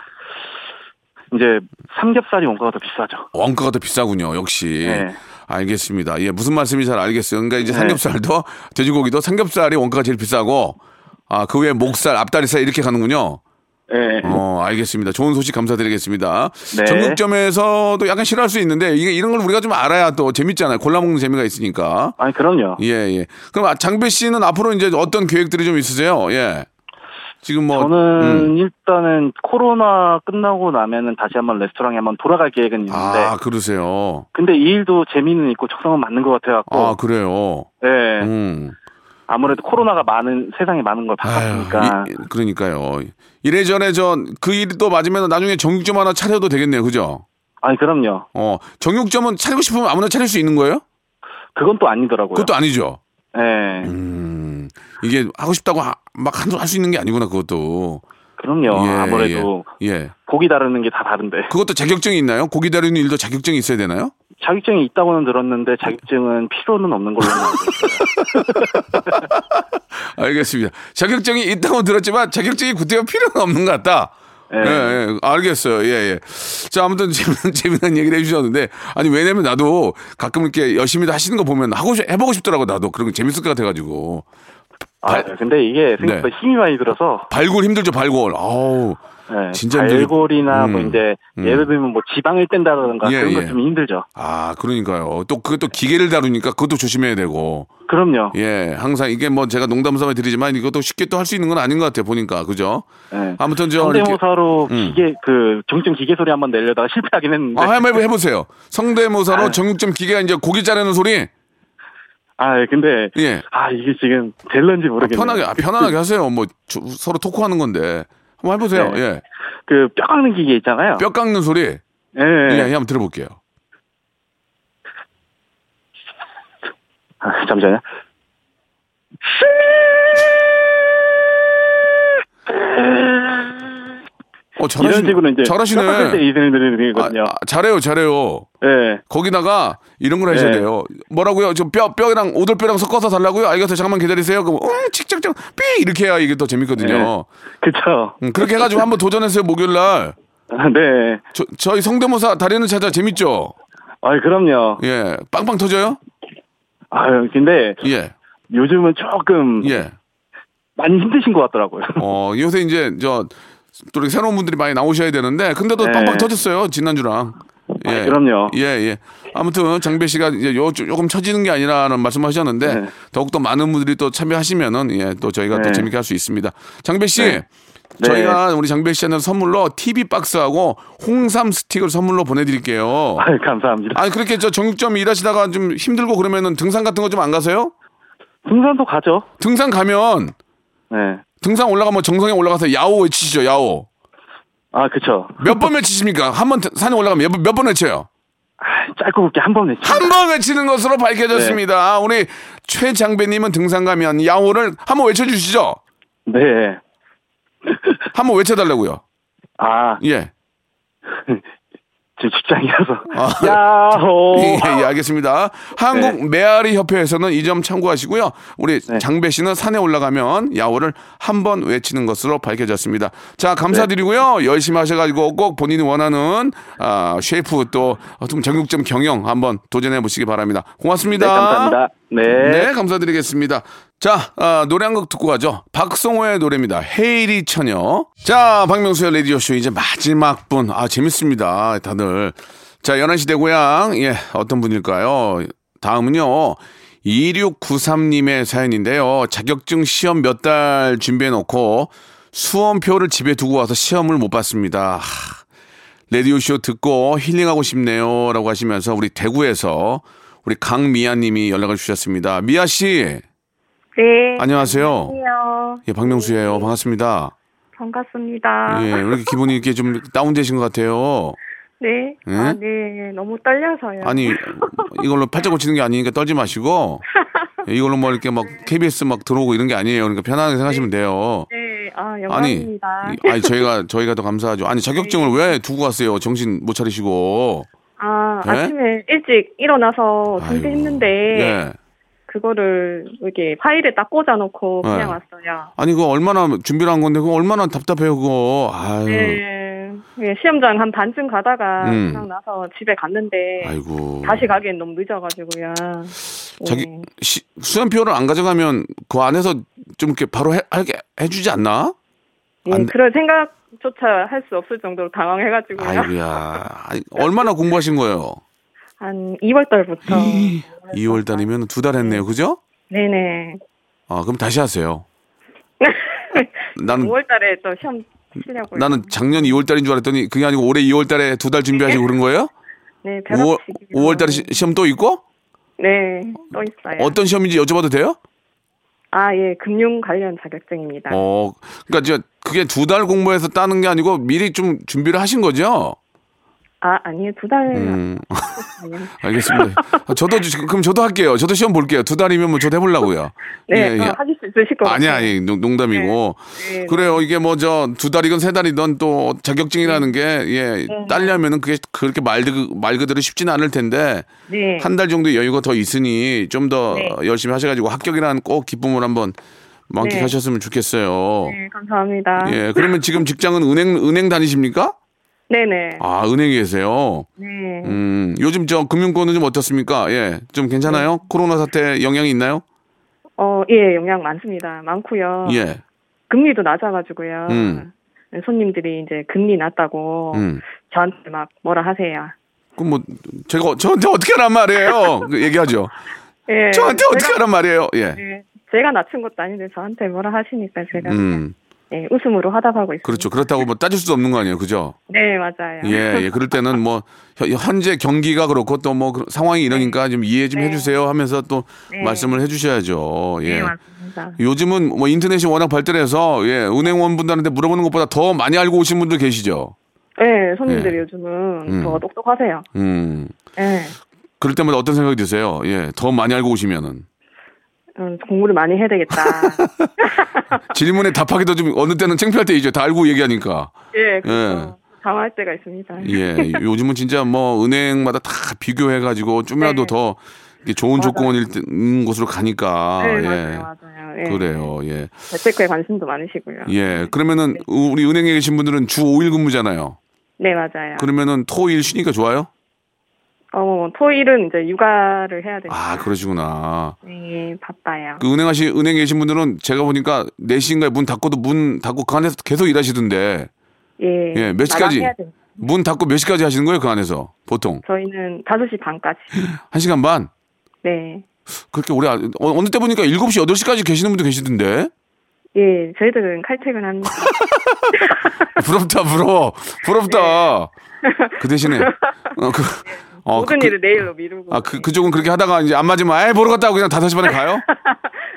Speaker 7: 이제 삼겹살이 원가가 더 비싸죠.
Speaker 3: 원가가 더 비싸군요. 역시.
Speaker 7: 네.
Speaker 3: 알겠습니다. 예, 무슨 말씀인지 잘 알겠어요. 그러니까 이제 삼겹살도 돼지고기도 삼겹살이 원가가 제일 비싸고 아, 그 외에 목살, 앞다리살 이렇게 가는군요.
Speaker 7: 예.
Speaker 3: 어, 알겠습니다. 좋은 소식 감사드리겠습니다.
Speaker 7: 네.
Speaker 3: 전국점에서도 약간 싫어할 수 있는데 이게 이런 걸 우리가 좀 알아야 또 재밌잖아요. 골라 먹는 재미가 있으니까.
Speaker 7: 아니 그럼요.
Speaker 3: 예, 예. 그럼 아, 장배 씨는 앞으로 이제 어떤 계획들이 좀 있으세요? 예. 지금 뭐
Speaker 7: 저는
Speaker 3: 음.
Speaker 7: 일단은 코로나 끝나고 나면은 다시 한번 레스토랑에 한번 돌아갈 계획은 있는데
Speaker 3: 아, 그러세요.
Speaker 7: 근데 이 일도 재미는 있고 적성은 맞는 것 같아갖고
Speaker 3: 아, 그래요.
Speaker 7: 예
Speaker 3: 음.
Speaker 7: 아무래도 코로나가 많은 세상에 많은 걸
Speaker 3: 아유,
Speaker 7: 바꿨으니까
Speaker 3: 이- 이- 그러니까요. 이래저래 전그 일이 또 맞으면 나중에 정육점 하나 차려도 되겠네요. 그죠?
Speaker 7: 아니 그럼요
Speaker 3: 어, 정육점은 차리고 싶으면 아무나 차릴 수 있는 거예요?
Speaker 7: 그건 또 아니더라고요
Speaker 3: 그것도 아니죠.
Speaker 7: 예
Speaker 3: 음. 이게 하고 싶다고 하- 막 한도 할 수 있는 게 아니구나, 그것도.
Speaker 8: 그럼요.
Speaker 3: 예,
Speaker 8: 아무래도
Speaker 3: 예. 예.
Speaker 8: 고기 다루는 게 다 다른데
Speaker 3: 그것도 자격증이 있나요? 고기 다루는 일도 자격증이 있어야 되나요?
Speaker 8: 자격증이 있다고는 들었는데 자격증은 필요는 없는 걸로 알고 있어요.
Speaker 3: 알겠습니다. 자격증이 있다고 들었지만 자격증이 구태여 필요는 없는 것 같다. 예,
Speaker 8: 예.
Speaker 3: 예, 알겠어요. 예, 예. 자, 아무튼 재미난, 재미난 얘기를 해주셨는데, 아니, 왜냐면 나도 가끔 이렇게 열심히 하시는 거 보면 하고, 싶- 해보고 싶더라고, 나도. 그런 게 재밌을 것 같아가지고. 네.
Speaker 8: 아,
Speaker 3: 발-
Speaker 8: 근데 이게 생각보다 힘이 많이 들어서
Speaker 3: 발굴 힘들죠, 발굴. 아우.
Speaker 8: 예,
Speaker 3: 진짜 힘들-
Speaker 8: 발골이나 뭐
Speaker 3: 음,
Speaker 8: 이제
Speaker 3: 음.
Speaker 8: 예를 들면 뭐 지방을 뗀다든가
Speaker 3: 예,
Speaker 8: 그런
Speaker 3: 예.
Speaker 8: 것 좀 힘들죠.
Speaker 3: 아, 그러니까요. 또 그것도 기계를 다루니까 그것도 조심해야 되고.
Speaker 8: 그럼요.
Speaker 3: 예, 항상 이게 뭐 제가 농담 삼아 드리지만 이것도 쉽게 또 할 수 있는 건 아닌 것 같아요, 보니까. 그죠?
Speaker 8: 예.
Speaker 3: 아무튼 저. 이렇게-
Speaker 8: 성대모사로
Speaker 3: 음.
Speaker 8: 기계 그 정점 기계 소리 한번 내려다가 실패하긴 했는데
Speaker 3: 아, 한번 해보세요. 성대모사로
Speaker 8: 네. 아.
Speaker 3: 정육점 기계가 이제 고기 자르는 소리?
Speaker 8: 아 예, 근데
Speaker 3: 예.
Speaker 8: 아 이게 지금 될런지 모르겠네요.
Speaker 3: 편하게, 아, 편안하게 하세요. 뭐, 주- 서로 토크하는 건데. 한번 해보세요.
Speaker 8: 네.
Speaker 3: 예.
Speaker 8: 그 뼈 깎는 기계 있잖아요.
Speaker 3: 뼈 깎는 소리.
Speaker 8: 예.
Speaker 3: 예, 한번 들어볼게요.
Speaker 8: 아, 잠시만요.
Speaker 3: 어,
Speaker 8: 이런
Speaker 3: 잘하시네.
Speaker 8: 식으로 이제
Speaker 3: 잘하시네.
Speaker 8: 뼈 깎을 때 이들이 들리거든요.
Speaker 3: 아, 아, 잘해요, 잘해요.
Speaker 8: 예.
Speaker 3: 거기다가 이런 걸 하셔야
Speaker 8: 네.
Speaker 3: 돼요. 뭐라고요? 저 뼈, 뼈랑 오돌뼈랑 섞어서 달라고요? 알겠어요. 잠깐만 기다리세요. 그럼, 응, 칙칙칙, 삐! 이렇게 해야 이게 더
Speaker 8: 네.
Speaker 3: 재밌거든요.
Speaker 8: 그쵸.
Speaker 3: 음, 그렇게 해가지고 한번 도전했어요, 목요일 날.
Speaker 8: 아, 네.
Speaker 3: 저, 저희 성대모사 다리는 찾아 재밌죠?
Speaker 8: 아 그럼요.
Speaker 3: 예. 빵빵 터져요?
Speaker 8: 아유, 근데
Speaker 3: 예.
Speaker 8: 요즘은 조금
Speaker 3: 예.
Speaker 8: 많이 힘드신 것 같더라고요.
Speaker 3: 어, 요새 이제 저 또 이렇게 새로운 분들이 많이 나오셔야 되는데 근데도
Speaker 8: 네.
Speaker 3: 빵빵 터졌어요. 지난주랑. 예.
Speaker 8: 아, 그럼요.
Speaker 3: 예, 예. 아무튼 장배 씨가 이제 요 조금 처지는 게 아니라는 말씀하셨는데
Speaker 8: 네.
Speaker 3: 더욱더 많은 분들이 또 참여하시면은 예, 또 저희가 또
Speaker 8: 네.
Speaker 3: 재밌게 할 수 있습니다. 장배 씨.
Speaker 8: 네.
Speaker 3: 저희가 우리 장배 씨한테 선물로 TV 박스하고 홍삼 스틱을 선물로 보내 드릴게요.
Speaker 8: 아유, 감사합니다.
Speaker 3: 아니 그렇게 저 정육점 일하시다가 좀 힘들고 그러면은 등산 같은 거 좀 안 가세요?
Speaker 8: 등산도 가죠.
Speaker 3: 등산 가면
Speaker 8: 네.
Speaker 3: 등산 올라가면 정상에 올라가서 야호 외치시죠. 야호.
Speaker 8: 아, 그쵸.
Speaker 3: 몇 번 외치십니까? 한 번 산에 올라가면 몇 번 외쳐요?
Speaker 8: 아, 짧고 굵게 한 번 했죠.
Speaker 3: 한 번 외치는 것으로 밝혀졌습니다.
Speaker 8: 네.
Speaker 3: 우리 최장배님은 등산 가면 야호를 한 번 외쳐주시죠.
Speaker 8: 네.
Speaker 3: 한 번 외쳐달라고요.
Speaker 8: 아,
Speaker 3: 예.
Speaker 8: 지금 직장이라서. 어.
Speaker 3: 아.
Speaker 6: 어,
Speaker 8: 야호. 네.
Speaker 3: 예, 예, 알겠습니다. 한국 메아리 협회에서는 이 점 참고하시고요. 우리 장배 씨는 산에 올라가면 야호를 한 번 외치는 것으로 밝혀졌습니다.
Speaker 8: 네.
Speaker 3: 자, 감사드리고요. 열심히 하셔가지고 꼭 본인이 원하는 아, 쉐이프 또좀 정육점 경영 한번 도전해 보시기 바랍니다. 고맙습니다.
Speaker 8: 네, 감사합니다. 네.
Speaker 3: 네, 감사드리겠습니다. 자, 아, 노래 한 곡 듣고 가죠. 박성호의 노래입니다. 헤이리 처녀. 자, 박명수의 라디오쇼 이제 마지막 분. 아, 재밌습니다. 다들. 자, 11시 대고향. 예, 어떤 분일까요? 다음은요. 2693님의 사연인데요. 자격증 시험 몇 달 준비해 놓고 수험표를 집에 두고 와서 시험을 못 봤습니다. 하, 라디오쇼 듣고 힐링하고 싶네요. 라고 하시면서 우리 대구에서 우리 강미아 님이 연락을 주셨습니다. 미아 씨,
Speaker 6: 네.
Speaker 3: 안녕하세요.
Speaker 6: 안녕하세요.
Speaker 3: 예, 박명수예요. 반갑습니다.
Speaker 6: 반갑습니다.
Speaker 3: 예, 왜 이렇게 기분이 이렇게 좀 다운되신 것 같아요.
Speaker 6: 네.
Speaker 3: 예?
Speaker 6: 아, 네. 너무 떨려서요.
Speaker 3: 아니, 이걸로 팔자 고치는 게 아니니까 떨지 마시고, 예, 이걸로 뭐 이렇게 막 KBS 막 들어오고 이런 게 아니에요. 그러니까 편안하게 생각하시면 돼요.
Speaker 6: 네. 아,
Speaker 3: 아니,
Speaker 6: 영광입니다.
Speaker 3: 이- 아니, 저희가, 저희가 더 감사하죠. 아니, 자격증을 왜 두고 갔어요? 정신 못 차리시고.
Speaker 6: 아,
Speaker 3: 예?
Speaker 6: 아침에 일찍 일어나서
Speaker 3: 아이고.
Speaker 6: 준비했는데
Speaker 3: 예.
Speaker 6: 그거를 이렇게 파일에 딱 꽂아놓고
Speaker 3: 예.
Speaker 6: 그냥 왔어요.
Speaker 3: 아니 그거 얼마나 준비를 한 건데 그거 얼마나 답답해요 그거 아유
Speaker 6: 네. 예, 시험장 한 반쯤 가다가
Speaker 3: 음.
Speaker 6: 그냥 나서 집에 갔는데
Speaker 3: 아이고
Speaker 6: 다시 가기엔 너무 늦어가지고요. 예.
Speaker 3: 자기 시, 수험표를 안 가져가면 그 안에서 좀 이렇게 바로 해, 하게 해주지 않나
Speaker 6: 예,
Speaker 3: 안 돼.
Speaker 6: 그럴 생각조차 할 수 없을 정도로 당황해가지고요.
Speaker 3: 아이고야 아이, 얼마나 공부하신 거예요
Speaker 6: 한 2월 달부터.
Speaker 3: 2월 달이면 두 달 했네요 그죠
Speaker 6: 네네.
Speaker 3: 아 그럼 다시 하세요 나는
Speaker 6: 5월 달에 또 시험
Speaker 3: 음.
Speaker 6: 치려고요.
Speaker 3: 나는 작년 2월 달인 줄 알았더니 그게 아니고 올해 2월 달에 두 달 준비하시고 그런 거예요
Speaker 6: 네,
Speaker 3: 5월
Speaker 6: 벼락치기로.
Speaker 3: 5월 달에 시- 시험 또 있고
Speaker 6: 네, 또 있어요.
Speaker 3: 어떤 시험인지 여쭤봐도 돼요
Speaker 6: 아, 예, 금융 관련 자격증입니다.
Speaker 3: 어 그러니까 이제 그게 두 달 공부해서 따는 게 아니고 미리 좀 준비를 하신 거죠
Speaker 6: 아, 아니에요. 두 달은
Speaker 3: 음, 알겠습니다. 아, 저도 지금- 그럼 저도 할게요. 저도 시험 볼게요. 두 달이면 뭐 저도 해보려고요.
Speaker 6: 네,
Speaker 3: 예,
Speaker 6: 어,
Speaker 3: 예.
Speaker 6: 하실 수 있으실 것
Speaker 3: 아니
Speaker 6: 같아요.
Speaker 3: 아니 농- 농담이고
Speaker 6: 네, 네.
Speaker 3: 그래요 이게 뭐 저 두 달이건 세 달이든 또 자격증이라는
Speaker 6: 네.
Speaker 3: 게예 딸려면은 그게 그렇게 말, 그- 말 그대로 쉽지는 않을 텐데
Speaker 6: 네.
Speaker 3: 한 달 정도 여유가 더 있으니 좀 더
Speaker 6: 네.
Speaker 3: 열심히 하셔가지고 합격이라는 꼭 기쁨을 한번 만끽하셨으면 좋겠어요.
Speaker 6: 네, 감사합니다.
Speaker 3: 예 그러면 지금 직장은 은행 은행 다니십니까?
Speaker 6: 네네.
Speaker 3: 아 은행 계세요.
Speaker 6: 네.
Speaker 3: 음 요즘 저 금융권은 좀 어떻습니까? 예좀
Speaker 6: 네.
Speaker 3: 괜찮아요? 코로나 사태 영향이 있나요?
Speaker 6: 어, 예, 영향 많습니다. 많고요.
Speaker 3: 예.
Speaker 6: 금리도 낮아가지고요. 네,
Speaker 3: 음.
Speaker 6: 손님들이 이제 금리 낮다고
Speaker 3: 음.
Speaker 6: 저한테 막 뭐라 하세요.
Speaker 3: 그럼 뭐 제가 어- 저한테 어떻게 하란 말이에요? 그 얘기하죠.
Speaker 6: 예.
Speaker 3: 저한테 어떻게
Speaker 6: 제가,
Speaker 3: 하란 말이에요? 예.
Speaker 6: 예, 제가 낮춘 것도 아닌데 저한테 뭐라 하시니까 제가
Speaker 3: 음.
Speaker 6: 예, 웃음으로 화답하고 있습니다.
Speaker 3: 그렇죠. 그렇다고 뭐 따질 수도 없는 거 아니에요. 그죠?
Speaker 6: 네, 맞아요.
Speaker 3: 예, 예. 그럴 때는 뭐 현- 현재 경기가 그렇고 또 뭐 상황이
Speaker 6: 네.
Speaker 3: 이러니까 좀 이해 좀 해주세요 하면서 또 말씀을 해주셔야죠. 예.
Speaker 6: 네, 맞습니다.
Speaker 3: 요즘은 뭐 인터넷이 워낙 발달해서 예, 은행원 분들한테 물어보는 것보다 더 많이 알고 오신 분들 계시죠.
Speaker 6: 예, 손님들이
Speaker 3: 예.
Speaker 6: 요즘은
Speaker 3: 음.
Speaker 6: 더 똑똑하세요.
Speaker 3: 음.
Speaker 6: 예.
Speaker 3: 그럴 때마다 어떤 생각이 드세요? 예, 더 많이 알고 오시면은
Speaker 6: 음, 공부를 많이 해야 되겠다.
Speaker 3: 질문에 답하기도 좀 어느 때는 창피할 때이죠. 다 알고 얘기하니까.
Speaker 6: 예, 그렇죠. 당황할 때가 있습니다.
Speaker 3: 예, 요즘은 진짜 뭐 은행마다 다 비교해가지고 좀이라도
Speaker 6: 네.
Speaker 3: 더 이게 좋은 조건일 때- 음, 곳으로 가니까.
Speaker 6: 네,
Speaker 3: 예.
Speaker 6: 맞아요, 맞아요. 예.
Speaker 3: 그래요, 예.
Speaker 6: 재테크에 관심도 많으시고요.
Speaker 3: 예. 그러면은 우리 은행에 계신 분들은 주 5일 근무잖아요.
Speaker 6: 네, 맞아요.
Speaker 3: 그러면은 토, 일 쉬니까 좋아요?
Speaker 6: 어, 토일은 이제 육아를 해야 되니까
Speaker 3: 아, 그러시구나.
Speaker 6: 네, 바빠요.
Speaker 3: 그 은행 하시, 은행에 계신 분들은 제가 보니까 4시인가에 문 닫고도 문 닫고 그 안에서 계속 일하시던데.
Speaker 6: 예.
Speaker 3: 예, 몇 시까지?
Speaker 6: 마감해야 돼요.
Speaker 3: 문 닫고 몇 시까지 하시는 거예요, 그 안에서? 보통?
Speaker 6: 저희는 5시 반까지.
Speaker 3: 1시간 반?
Speaker 6: 네.
Speaker 3: 그렇게 오래, 안- 어, 어느 때 보니까 7시, 8시까지 계시는 분도 계시던데?
Speaker 6: 예, 저희들은 칼퇴근합니다.
Speaker 3: 부럽다 부러워 부럽다 그 대신에 어, 그, 어,
Speaker 6: 모든
Speaker 3: 그,
Speaker 6: 일을 내일로 미루고.
Speaker 3: 아, 그, 그쪽은 그렇게 하다가 이제 안 맞으면 아예 보러 갔다 고 그냥 5시 반에 가요?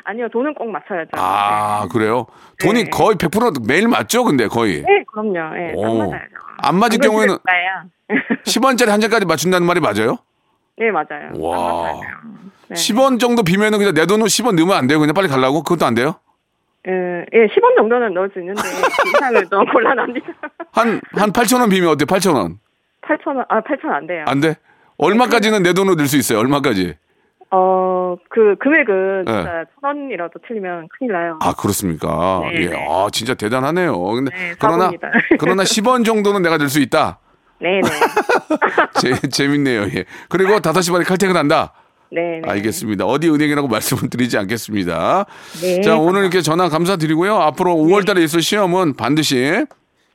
Speaker 6: 아니요, 돈은 꼭 맞춰야죠.
Speaker 3: 아 그래요? 돈이
Speaker 6: 네.
Speaker 3: 거의 100% 매일 맞죠 근데 거의
Speaker 6: 네, 그럼요. 예, 딱
Speaker 3: 오.
Speaker 6: 맞아요.
Speaker 3: 안 맞을 경우에는
Speaker 6: 나야.
Speaker 3: 10원짜리 한 잔까지 맞춘다는 말이 맞아요?
Speaker 6: 네, 맞아요.
Speaker 3: 와
Speaker 6: 네.
Speaker 3: 10원 정도 비면은 그냥 내 돈으로 10원 넣으면 안 돼요? 그냥 빨리 가려고? 그것도 안 돼요?
Speaker 6: 예, 예, 10원 정도는 넣을 수 있는데 그 이상을 너무 곤란합니다.
Speaker 3: 한, 한 8천원 비면 어때요? 8천원
Speaker 6: 8천 원, 아, 8천 안 돼요.
Speaker 3: 안 돼? 얼마까지는 내 돈으로 낼 수 있어요? 얼마까지?
Speaker 6: 어, 그 금액은
Speaker 3: 네.
Speaker 6: 진짜 천 원이라도 틀리면 큰일 나요.
Speaker 3: 아 그렇습니까?
Speaker 6: 네,
Speaker 3: 예,
Speaker 6: 네.
Speaker 3: 아 진짜 대단하네요. 근데
Speaker 6: 네,
Speaker 3: 그러나
Speaker 6: 사고입니다.
Speaker 3: 그러나 10원 정도는 내가 낼 수 있다.
Speaker 6: 네, 네.
Speaker 3: 재, 재밌네요. 예. 그리고 5시 반에 칼퇴근한다.
Speaker 6: 네, 네.
Speaker 3: 알겠습니다. 어디 은행이라고 말씀은 드리지 않겠습니다.
Speaker 6: 네.
Speaker 3: 자 오늘 이렇게 전화 감사드리고요. 앞으로 5월달에 있을 시험은 반드시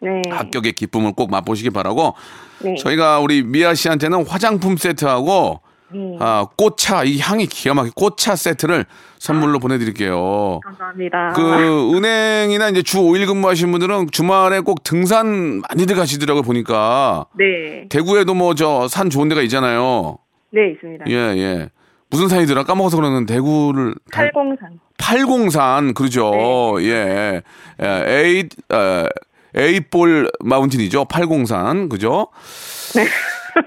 Speaker 6: 네.
Speaker 3: 합격의 기쁨을 꼭 맛보시기 바라고
Speaker 6: 네.
Speaker 3: 저희가 우리 미아 씨한테는 화장품 세트하고
Speaker 6: 네.
Speaker 3: 아, 꽃차 이 향이 기가 막히게 꽃차 세트를 선물로 보내드릴게요.
Speaker 6: 감사합니다.
Speaker 3: 그 은행이나 이제 주 5일 근무하시는 분들은 주말에 꼭 등산 많이들 가시더라고요 보니까
Speaker 6: 네.
Speaker 3: 대구에도 뭐 저 산 좋은 데가 있잖아요.
Speaker 6: 네, 있습니다.
Speaker 3: 예, 예. 무슨 산이더라? 까먹어서 그러는 대구를 달-
Speaker 6: 팔공산.
Speaker 3: 팔공산 그러죠.
Speaker 6: 네.
Speaker 3: 예. 예. 에이 에, 에이볼 마운틴이죠. 팔공산. 그죠?
Speaker 6: 네.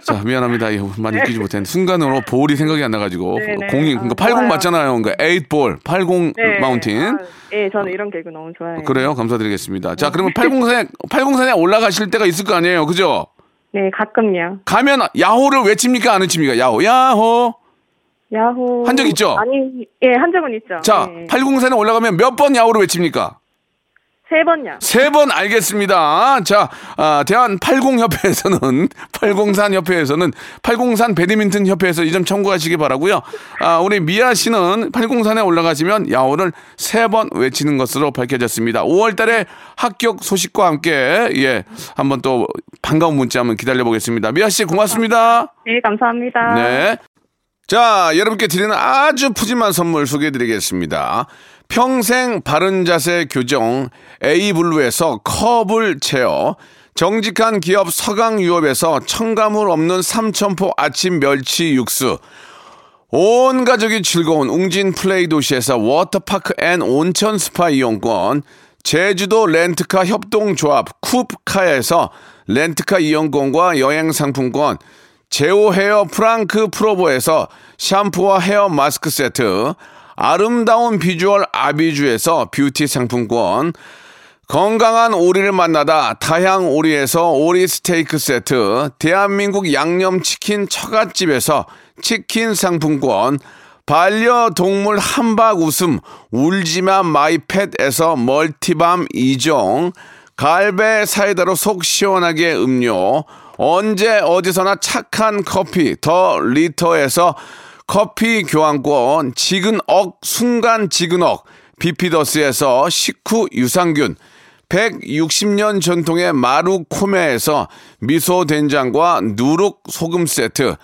Speaker 3: 자, 미안합니다. 예, 많이 웃기지 못했는데 순간으로 볼이 생각이 안 나 가지고
Speaker 6: 네, 네.
Speaker 3: 공이 그러니까
Speaker 6: 아,
Speaker 3: 팔공
Speaker 6: 좋아요.
Speaker 3: 맞잖아요. 그러니까 에이볼 팔공
Speaker 6: 네.
Speaker 3: 그 마운틴.
Speaker 6: 아, 예, 저는 이런 개그 너무 좋아해요.
Speaker 3: 그래요? 감사드리겠습니다. 자, 그러면 팔공산 팔공산에 올라가실 때가 있을 거 아니에요. 그죠?
Speaker 6: 네, 가끔요.
Speaker 3: 가면 야호를 외칩니까? 안 외칩니까? 야호. 야호.
Speaker 6: 야호.
Speaker 3: 한적 있죠?
Speaker 6: 아니, 예, 한 적은 있죠.
Speaker 3: 자,
Speaker 6: 예.
Speaker 3: 팔공산에 올라가면 몇 번 야호를 외칩니까?
Speaker 6: 세 번요.
Speaker 3: 세 번 알겠습니다. 자, 아, 대한 80협회에서는 80산 협회에서는 80산 배드민턴 협회에서 이 점 참고하시기 바라고요. 아, 우리 미아 씨는 80산에 올라가시면 야호를 세 번 외치는 것으로 밝혀졌습니다. 5월 달에 합격 소식과 함께 예, 한번 또 반가운 문자 한번 기다려 보겠습니다. 미아 씨 고맙습니다.
Speaker 6: 네, 감사합니다.
Speaker 3: 네. 자, 여러분께 드리는 아주 푸짐한 선물 소개해 드리겠습니다. 평생 바른 자세 교정 에이블루에서 컵을 채워 정직한 기업 서강유업에서 첨가물 없는 삼천포 아침 멸치 육수 온 가족이 즐거운 웅진 플레이 도시에서 워터파크 앤 온천 스파 이용권, 제주도 렌트카 협동조합 쿱카에서 렌트카 이용권과 여행 상품권, 제오 헤어 프랑크 프로보에서 샴푸와 헤어 마스크 세트, 아름다운 비주얼 아비주에서 뷰티 상품권, 건강한 오리를 만나다 다향 오리에서 오리 스테이크 세트, 대한민국 양념치킨 처갓집에서 치킨 상품권, 반려동물 한박 웃음 울지마 마이펫에서 멀티밤 2종, 갈배 사이다로 속 시원하게 음료, 언제 어디서나 착한 커피 더 리터에서 커피 교환권, 지근억 순간 지근억, 비피더스에서 식후 유산균, 160년 전통의 마루코메에서 미소된장과 누룩 소금 세트,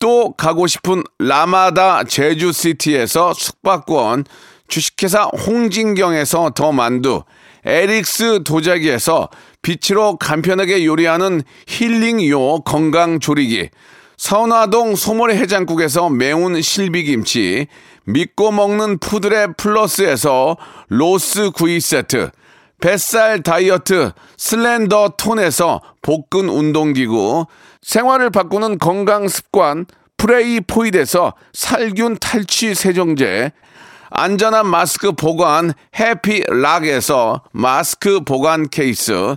Speaker 3: 또 가고 싶은 라마다 제주시티에서 숙박권, 주식회사 홍진경에서 더 만두, 에릭스 도자기에서 빛으로 간편하게 요리하는 힐링요 건강조리기, 선화동 소머리해장국에서 매운 실비김치, 믿고 먹는 푸드의 플러스에서 로스 구이 세트, 뱃살 다이어트 슬렌더 톤에서 복근 운동기구, 생활을 바꾸는 건강 습관 프레이 포이드에서 살균 탈취 세정제, 안전한 마스크 보관 해피락에서 마스크 보관 케이스,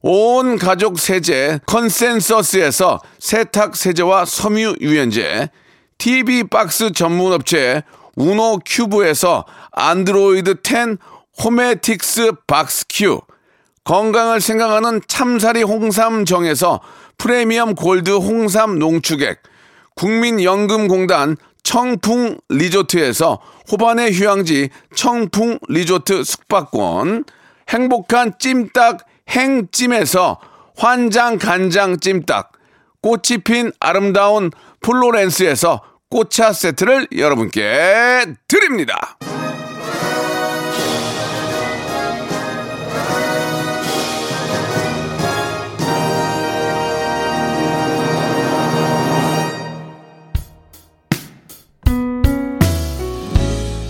Speaker 3: 온 가족 세제 컨센서스에서 세탁 세제와 섬유 유연제, TV 박스 전문 업체 우노 큐브에서 안드로이드 10 호메틱스 박스 큐, 건강을 생각하는 참사리 홍삼정에서 프리미엄 골드 홍삼 농축액, 국민연금공단 청풍 리조트에서 호반의 휴양지 청풍 리조트 숙박권, 행복한 찜닭 행찜에서 환장 간장 찜닭, 꽃이 핀 아름다운 플로렌스에서 꽃차 세트를 여러분께 드립니다.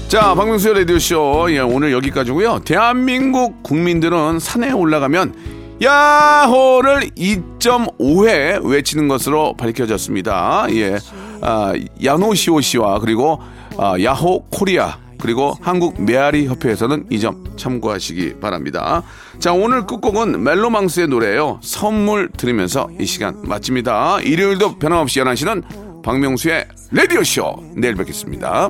Speaker 3: 자, 박명수의 라디오쇼. 예, 오늘 여기까지고요 대한민국 국민들은 산에 올라가면 야호를 2.5회 외치는 것으로 밝혀졌습니다. 예. 아, 야노시오 씨와 그리고 아, 야호 코리아 그리고 한국 메아리 협회에서는 이 점 참고하시기 바랍니다. 자, 오늘 끝곡은 멜로망스의 노래예요. 선물 들으면서 이 시간 마칩니다. 일요일도 변함없이 11시는 박명수의 라디오쇼. 내일 뵙겠습니다.